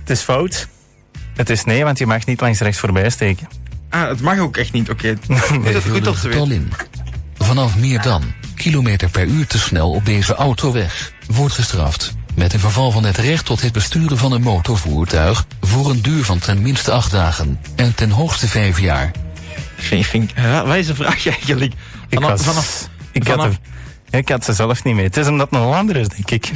Het is fout. Het is nee, want je mag niet langs rechts voorbij steken.
Ah, het mag ook echt niet, oké. Is dat
Vul
goed
een
om te
getal
weten?
in. Vanaf meer dan kilometer per uur te snel op deze autoweg wordt gestraft. Met een verval van het recht tot het besturen van een motorvoertuig voor een duur van ten minste acht dagen en ten hoogste vijf jaar.
Vind- vind- ja, wat is de vraag eigenlijk? [LAUGHS]
Ik
Vanaf,
was...
vanaf,
ik, had
vanaf-
de- ik had ze zelf niet mee. Het is omdat het een Hollander is, denk
[LAUGHS]
ik.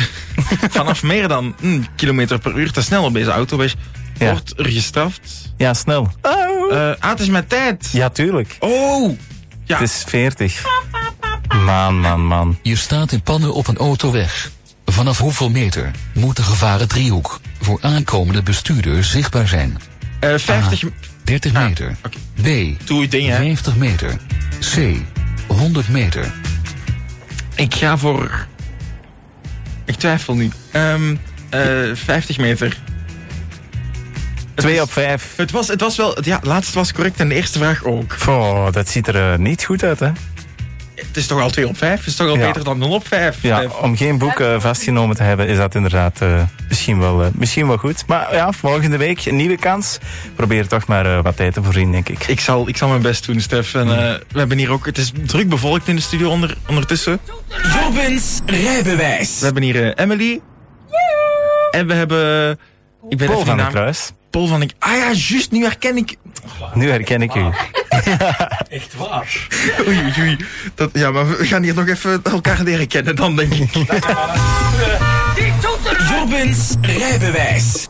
vanaf meer dan een kilometer per uur te snel op deze autoweg
Ja.
wordt er gestraft.
Ja, snel.
Eh, ah, het is mijn tijd.
Ja, tuurlijk.
Oh! Ja.
Het is 40. Man, man, man.
Je staat in pannen op een autoweg. Vanaf hoeveel meter moet de gevarendriehoek voor aankomende bestuurders zichtbaar zijn?
Eh, 50...
A. 30
Ah,
meter.
oké.
B.
Doe je ding, hè?
50 meter. C. 100 meter.
Ik ga voor. Ik twijfel niet. Ehm, eh, 50 meter.
Twee op vijf.
Het was, het was wel. Ja, laatst was correct en de eerste vraag ook.
Goh, dat ziet er eh, niet goed uit, hè?
Het is toch al 2 op 5? Het is toch al
Ja.
beter dan 0 op 5?
Ja, om geen boek eh, vastgenomen te hebben, is dat inderdaad eh, misschien, wel, eh, misschien wel goed. Maar ja, volgende week een nieuwe kans. Probeer toch maar eh, wat tijd te voorzien, denk ik.
Ik zal, ik zal mijn best doen, Stef. En, eh, we hebben hier ook, het is druk bevolkt in de studio onder, ondertussen.
Jobbins rijbewijs.
We hebben hier eh, Emily. En we hebben... Ik ben
Paul
even
van
de
der
naam-
Kruis.
Paul van ik. Ah ja, juist, nu herken ik...
Nu herken ik u. [LAUGHS]
Echt waar?
Oei, oei, oei. Dat, ja, maar we gaan hier nog even elkaar leren kennen dan, denk
[LAUGHS]
ik.
Jobbins rijbewijs.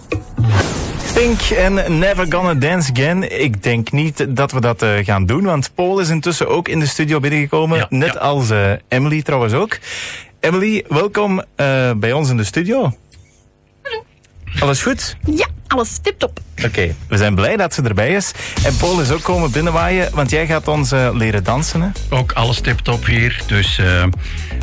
Pink en Never Gonna Dance Again. Ik denk niet dat we dat eh, gaan doen, want Paul is intussen ook in de studio binnengekomen.
Ja,
net als eh, Emily trouwens ook. Emily, welkom eh, bij ons in de studio. Hallo. Alles goed?
Ja, alles tip-top.
Oké, we zijn blij dat ze erbij is. En Paul is ook komen binnenwaaien, want jij gaat ons eh, leren dansen. Hè?
Ook alles tip-top hier. Dus eh,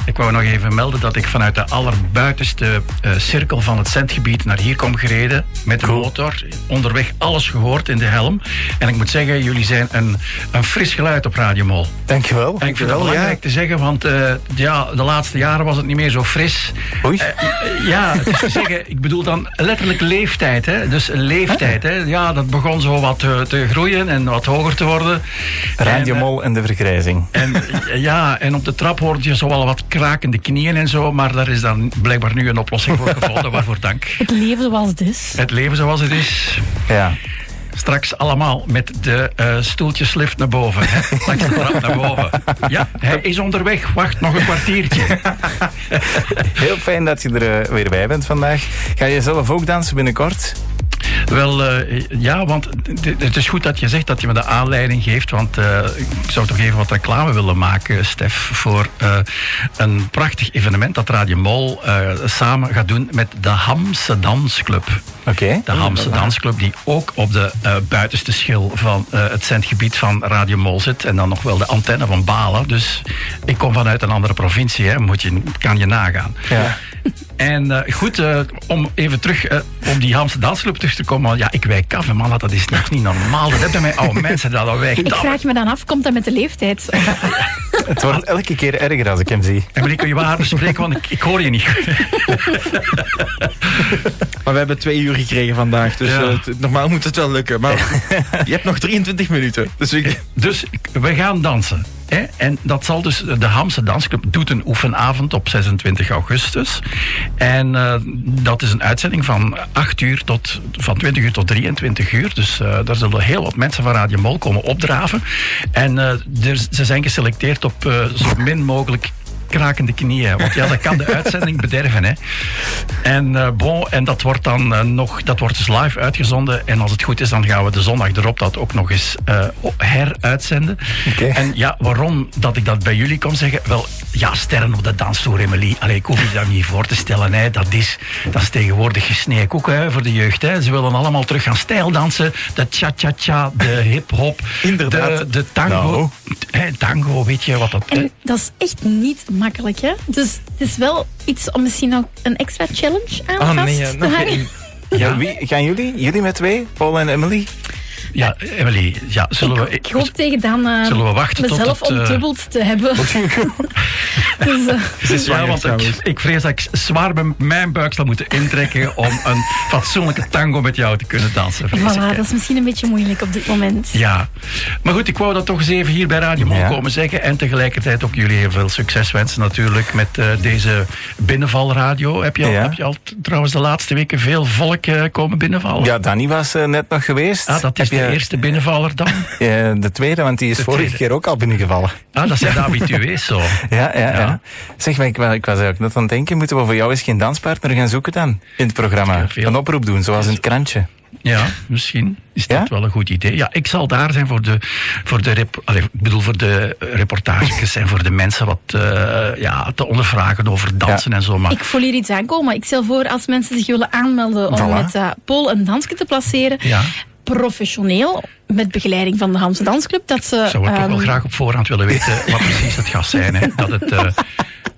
ik wou nog even melden dat ik vanuit de allerbuitenste eh, cirkel van het centgebied naar hier kom gereden. Met de motor. Onderweg alles gehoord in de helm. En ik moet zeggen, jullie zijn een, een fris geluid op Radio Mol.
Dankjewel.
En ik vind het
Dankjewel,
belangrijk te zeggen, want eh, ja, de laatste jaren was het niet meer zo fris. Eh,
Oei.
ja, het is te zeggen, ik bedoel dan letterlijk leeftijd. Hè? Dus leeftijd. Hè? Ja, dat begon zo wat eh, te groeien en wat hoger te worden.
Radio
En, eh,
Mol en de vergrijzing.
en eh, ja, en op de trap hoort je zo wel wat krakende knieën en zo, maar daar is dan blijkbaar nu een oplossing voor gevonden, waarvoor dank.
Het leven zoals het is.
Het leven zoals het is.
Ja.
Straks allemaal met de eh, stoeltjeslift naar boven. Hè? Langs de trap naar boven. Ja, hij is onderweg. Wacht nog een kwartiertje.
[LAUGHS] Heel fijn dat je er eh, weer bij bent vandaag. Ga je zelf ook dansen binnenkort?
Wel, eh, ja, want d- het is goed dat je zegt dat je me de aanleiding geeft. Want eh, ik zou toch even wat reclame willen maken, Stef. Voor eh, een prachtig evenement dat Radio Mol eh, samen gaat doen met de Hamse Dansclub.
Oké.
De Hamse Dansclub die ook op de eh, buitenste schil van eh, het centgebied van Radio Mol zit. En dan nog wel de antenne van Balen. Dus ik kom vanuit een andere provincie, hè, moet je, kan je nagaan.
Ja.
En eh, goed, eh, om even terug eh, om die Hamse dansclub terug te komen. want Ja, ik wijk af, hè, mannen, dat is toch niet normaal. Dat hebben mij oude mensen dat al wijkt
Ik
af.
vraag me dan af, komt dat met de
[LAUGHS]
leeftijd?
Het wordt elke keer erger als ik hem zie.
En ik kun je wel harder spreken, want ik, ik hoor je niet.
Maar we hebben twee uur gekregen vandaag, dus
Ja.
eh, t- normaal moet het wel lukken.
[LAUGHS]
Maar je hebt nog 23 minuten. Dus ik,
Dus we gaan dansen. Hè? En dat zal dus, de Hamse Dansclub doet een oefenavond op 26 augustus. En eh, dat is een uitzending van 8 uur tot, van 20 uur tot 23 uur. Dus eh, daar zullen heel wat mensen van Radio Mol komen opdraven. En eh, er- ze zijn geselecteerd op eh, zo min mogelijk krakende knieën. Want ja, dat kan de uitzending [LAUGHS] bederven. Hè. En, eh, bon, en dat wordt dan eh, nog, dat wordt dus live uitgezonden. En als het goed is, dan gaan we de zondag erop dat ook nog eens eh, o- heruitzenden. En ja, waarom dat ik dat bij jullie kom zeggen? Wel, ja, sterren op de dansvloer, Emily. Allee, ik hoef je dat niet voor te stellen. Hè. Dat, is, dat is tegenwoordig gesneden koek hè, voor de jeugd. Hè. Ze willen allemaal terug gaan stijldansen. De cha-cha-cha, de hip-hop, de, de tango. Hè, tango, weet je wat dat...
En dat is echt niet makkelijk, hè? Dus het is wel iets om misschien nog een extra challenge aan
Ah,
vast te hangen.
Ja, wie, gaan jullie? Jullie met twee? Paul en Emily?
Ja, Emily, ja, zullen we...
Ik hoop tegen dan eh,
Zullen we wachten tot
mezelf
het, eh,
ontdubbeld te
[LAUGHS]
hebben. dus, eh,
ja, want ik, ik vrees dat ik zwaar bij mijn buik zal moeten intrekken om een fatsoenlijke tango met jou te kunnen dansen. vrees ik,
voilà,
hè.
dat is misschien een beetje moeilijk op dit moment.
Ja, maar goed, ik wou dat toch eens even hier bij Radio Mol komen zeggen. En tegelijkertijd ook jullie heel veel succes wensen natuurlijk met eh, deze binnenvalradio. Heb je, al,
Ja.
heb je al t- trouwens de laatste weken veel volk eh, komen binnenvallen?
Ja, Danny was eh, net nog geweest.
Ah, dat is
Heb
de
je-
eerste binnenvaller dan?
eh, de tweede, want die is vorige keer ook al binnengevallen.
Ah, dat zijn de habitués zo.
[LAUGHS] Ja, ja, ja. Zeg, maar ik, wa- ik was ook net aan het denken, moeten we voor jou eens geen danspartner gaan zoeken dan? In het programma. Een oproep doen, zoals in het krantje.
Ja, misschien is dat wel een goed idee. Ja, ik zal daar zijn voor de, voor de, rep, allee, ik bedoel voor de eh, reportages en voor de mensen wat eh, ja, te ondervragen over dansen en zo. Maar
Ik voel hier iets aankomen. Ik stel voor als mensen zich willen aanmelden om
Voilà.
met eh Paul een dansje te placeren.
ja,
Professioneel, met begeleiding van de Hamse Dansclub. Dat ze,
ik zou het toch
ehm,
wel graag op voorhand willen weten wat precies het gaat zijn. Hè? Dat het eh,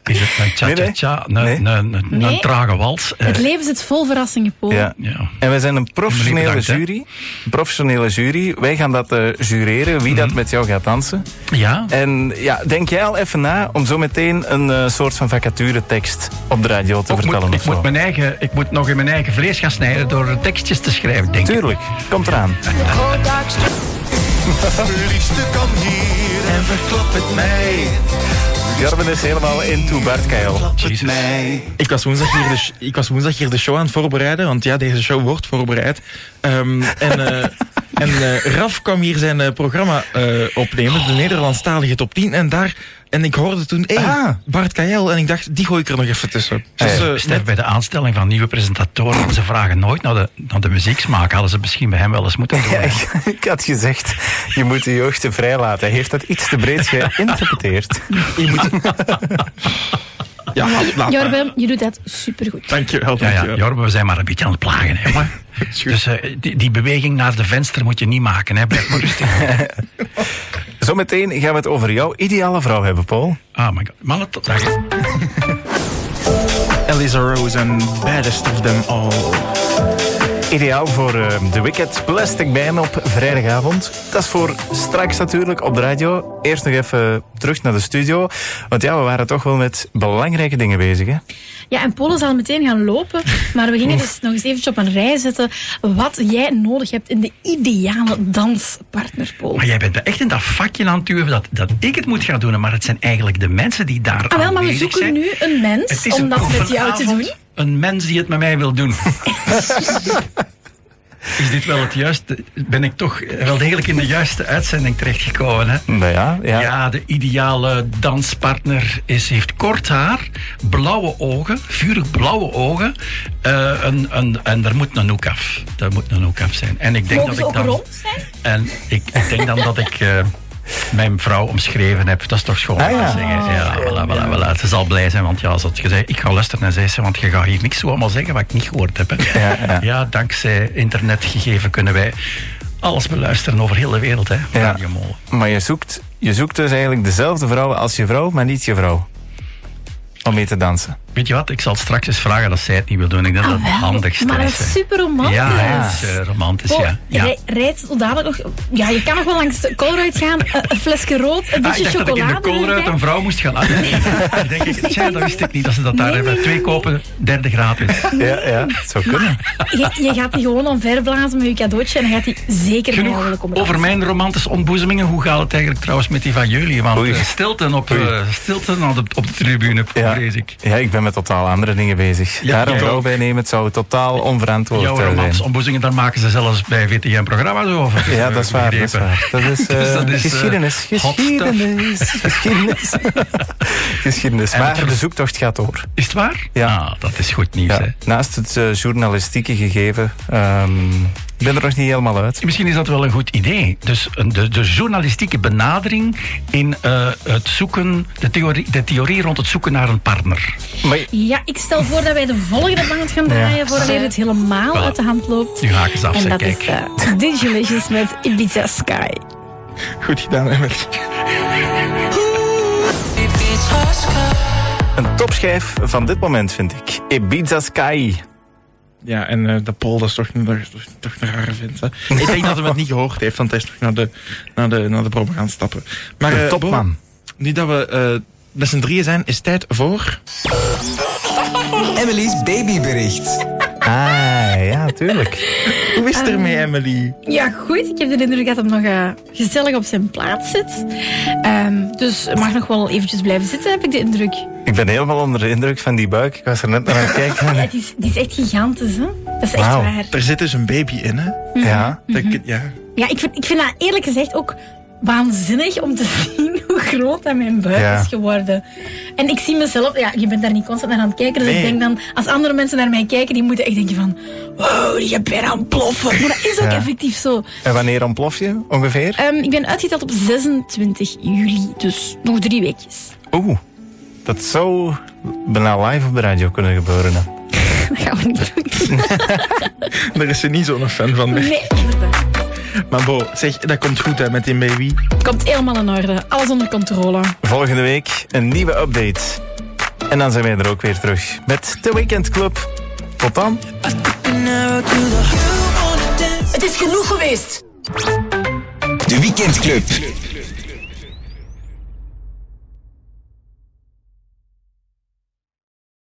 Is het een cha-cha-cha, een, een, een,
Nee.
een trage wals? Eh,
Het leven zit vol verrassingen, Paul.
Ja. En we zijn een professionele
Bedankt, hè.
jury. Een professionele jury. Wij gaan dat eh, jureren, wie
Mhm.
dat met jou gaat dansen.
Ja.
En ja, denk jij al even na om zo meteen een eh, soort van vacature-tekst op de radio te
Ik moet,
vertellen
ik,
of zo.
moet mijn eigen, ik moet nog in mijn eigen vlees gaan snijden door er tekstjes te schrijven, denk
Tuurlijk, komt eraan.
Mijn liefste kan hier en verklap het mij.
Jarmen is helemaal into Bart Keil.
Ik was, woensdag hier de, sh- ik was woensdag hier de show aan het voorbereiden, want ja, deze show wordt voorbereid. Ehm, en eh, en eh, Raf kwam hier zijn eh, programma eh, opnemen, de Nederlandstalige top 10. En daar, en ik hoorde toen, hé, Bart Kajel. En ik dacht, die gooi ik er nog even tussen. Dus, eh,
Dus
[LAUGHS]
sterk bij de aanstelling van nieuwe presentatoren. Ze vragen nooit naar de, naar de muzieksmaak. Hadden ze misschien bij hem wel eens moeten doen.
[LAUGHS]
Ja, ik, ik had gezegd, je moet de jeugd te vrij laten. Hij heeft dat iets te breed
[LAUGHS]
geïnterpreteerd.
ja, laat maar.
Jorben, je doet dat supergoed.
Dankjewel,
Ja, ja,
dankjewel.
Jorbe, we zijn maar een beetje aan het plagen. Hè,
[LAUGHS]
jongen. dus eh, die, die beweging naar de venster moet je niet maken. Hè. Blijf maar
[LAUGHS]
rustig.
Zometeen gaan we het over jouw ideale vrouw hebben, Paul.
Ah, my god. Mannen, tot dag.
[LAUGHS]
Eliza Rose en Baddest of Them All.
Ideaal voor eh, de Wicked Plastic Band op vrijdagavond. Dat is voor straks natuurlijk op de radio. Eerst nog even terug naar de studio. Want ja, we waren toch wel met belangrijke dingen bezig, hè?
Ja, en Polen zal meteen gaan lopen. Maar we gingen dus nog eens eventjes op een rij zetten wat jij nodig hebt in de ideale danspartner, Paul.
Maar jij bent echt in dat vakje aan het duwen dat, dat ik het moet gaan doen. Maar het zijn eigenlijk de mensen die daar
Ah, wel, maar we
aanwezig
zoeken
zijn.
nu een
Het
mens
is
om
een
dat met jou te
oefenavond.
doen.
Een mens die het met mij
[LAUGHS]
wil doen. Is dit wel het juiste? Ben ik toch wel degelijk in de juiste uitzending terechtgekomen? Hè?
Nou ja,
ja. de ideale danspartner is, heeft kort haar, blauwe ogen, vurig blauwe ogen. eh, een, een, en daar moet een hoek af. Daar moet een hoek af zijn. En ik denk
Mogen ze
dat ik
ook
dan.
rond zijn?
En ik, ik denk dan dat ik eh, mijn vrouw omschreven heb. Dat is toch schoon om
Ah, ja.
te zeggen. Ja, voilà, voilà, voilà. Ze zal blij zijn, want ja, ze had gezegd, ik ga luisteren en zei ze, want je gaat hier niks zo allemaal zeggen wat ik niet gehoord heb. Hè.
Ja, ja.
dankzij internetgegeven kunnen wij alles beluisteren over heel de wereld, hè.
Ja.
Radio Molen.
Maar je zoekt, je zoekt dus eigenlijk dezelfde vrouw als je vrouw, maar niet je vrouw. Om mee te dansen.
Weet je wat, ik zal straks eens vragen dat zij het niet wil doen. Ik denk dat
Ah,
het
wel,
handigst
Maar dat
is.
is
hè.
super romantisch.
Ja, hè, het is eh, romantisch,
Paul,
ja. ja. Ah,
rij- rijd zo dadelijk nog... Ja, je kan nog wel langs de Colruyt gaan. eh, Een flesje rood, een
Ah, ik
beetje
dacht dat ik in de
chocolade.
koolruit
erbij.
een vrouw moest gaan uitleggen. denk ik, tja, dat wist ik niet dat ze dat daar hebben. Twee kopen, derde gratis.
Ja, ja, het zou kunnen.
Je, je gaat die gewoon omverblazen met je cadeautje en dan gaat die zeker mogelijk
Genoeg
om
over mijn romantische ontboezemingen. Hoe gaat het eigenlijk trouwens met die van jullie? Want
Oei.
eh, stilten op, eh, stilten op, de, op de tribune, vrees ik.
Ja, ik ben met totaal andere dingen bezig.
Ja,
Daar een
jij
vrouw
ook.
bij nemen, het zou totaal onverantwoord
Jouw
eh, zijn.
romantische ontboezemingen, daar maken ze zelfs bij VTM-programma's over. Eh,
Ja, dat is waar. Dat is,
Begrepen.
waar. Dat is, eh,
[LAUGHS] Dus dat is, eh,
geschiedenis.
hot stuff. [LAUGHS]
Geschiedenis. Geschiedenis. geschiedenis.
En het
Maar
ver-
de zoektocht gaat door.
Is het waar?
Ja.
Ah, dat is goed nieuws.
Ja,
Hè.
Naast het eh, journalistieke gegeven. ehm, ik ben er nog niet helemaal uit.
Misschien is dat wel een goed idee. Dus een- de, de journalistieke benadering in eh, het zoeken, de theorie, de theorie rond het zoeken naar een partner.
Maar
Ja, ik stel voor dat wij de volgende band gaan draaien vooraleer het helemaal
Voilà.
uit de hand loopt.
Nu haken ze af,
en
zeg,
dat
kijk.
is eh Digilicious met Ibiza Sky.
Goed gedaan, Emily.
Een topschijf van dit moment, vind ik. Ibiza Sky.
Ja, en eh, de Paul, dat is toch, een- dat is toch- toch een rare vent. hè. Ik denk dat hij het niet gehoord heeft, want hij is toch naar de, naar de, naar de probe gaan stappen. Maar,
De
eh,
topman.
Bo, nu dat we eh met z'n drieën zijn, is tijd voor...
Emily's babybericht.
Ah, ja, tuurlijk.
Hoe is het ermee, Emily?
Ja, goed. Ik heb de indruk dat hem nog eh, gezellig op zijn plaats zit. Ehm, dus mag nog wel eventjes blijven zitten, heb ik de indruk.
Ik ben helemaal onder de indruk van die buik. Ik was er net naar aan het
Ja,
kijken.
het, is, het is echt gigantisch, hè? Dat is echt
Wauw.
waar.
Er zit dus een baby in, hè?
Ja.
Dat ik- ja. [LAUGHS]
Ja, ik vind, ik vind dat eerlijk gezegd ook waanzinnig om te [LAUGHS] zien hoe groot dat mijn buik
Ja.
is geworden. En ik zie mezelf, ja, je bent daar niet constant naar aan het kijken, dus ik
Nee.
denk dan, als andere mensen naar mij kijken, die moeten echt denken van, wow, die gaat bijna ontploffen. Maar dat is ook
Ja.
effectief zo.
En wanneer ontplof je, ongeveer?
Ehm, ik ben uitgeteld op 26 juli, dus nog drie weekjes.
Oeh. Dat zou bijna live op de radio kunnen gebeuren. hè.
Dat gaan we niet doen.
Daar is ze niet zo'n fan van.
Nee,
[LAUGHS]
inderdaad.
Maar Bo, zeg, dat komt goed hè, met die baby.
Komt helemaal in orde. Alles onder controle.
Volgende week een nieuwe update. En dan zijn wij er ook weer terug met de Weekend Club. Tot dan.
Het is genoeg geweest.
De Weekendclub.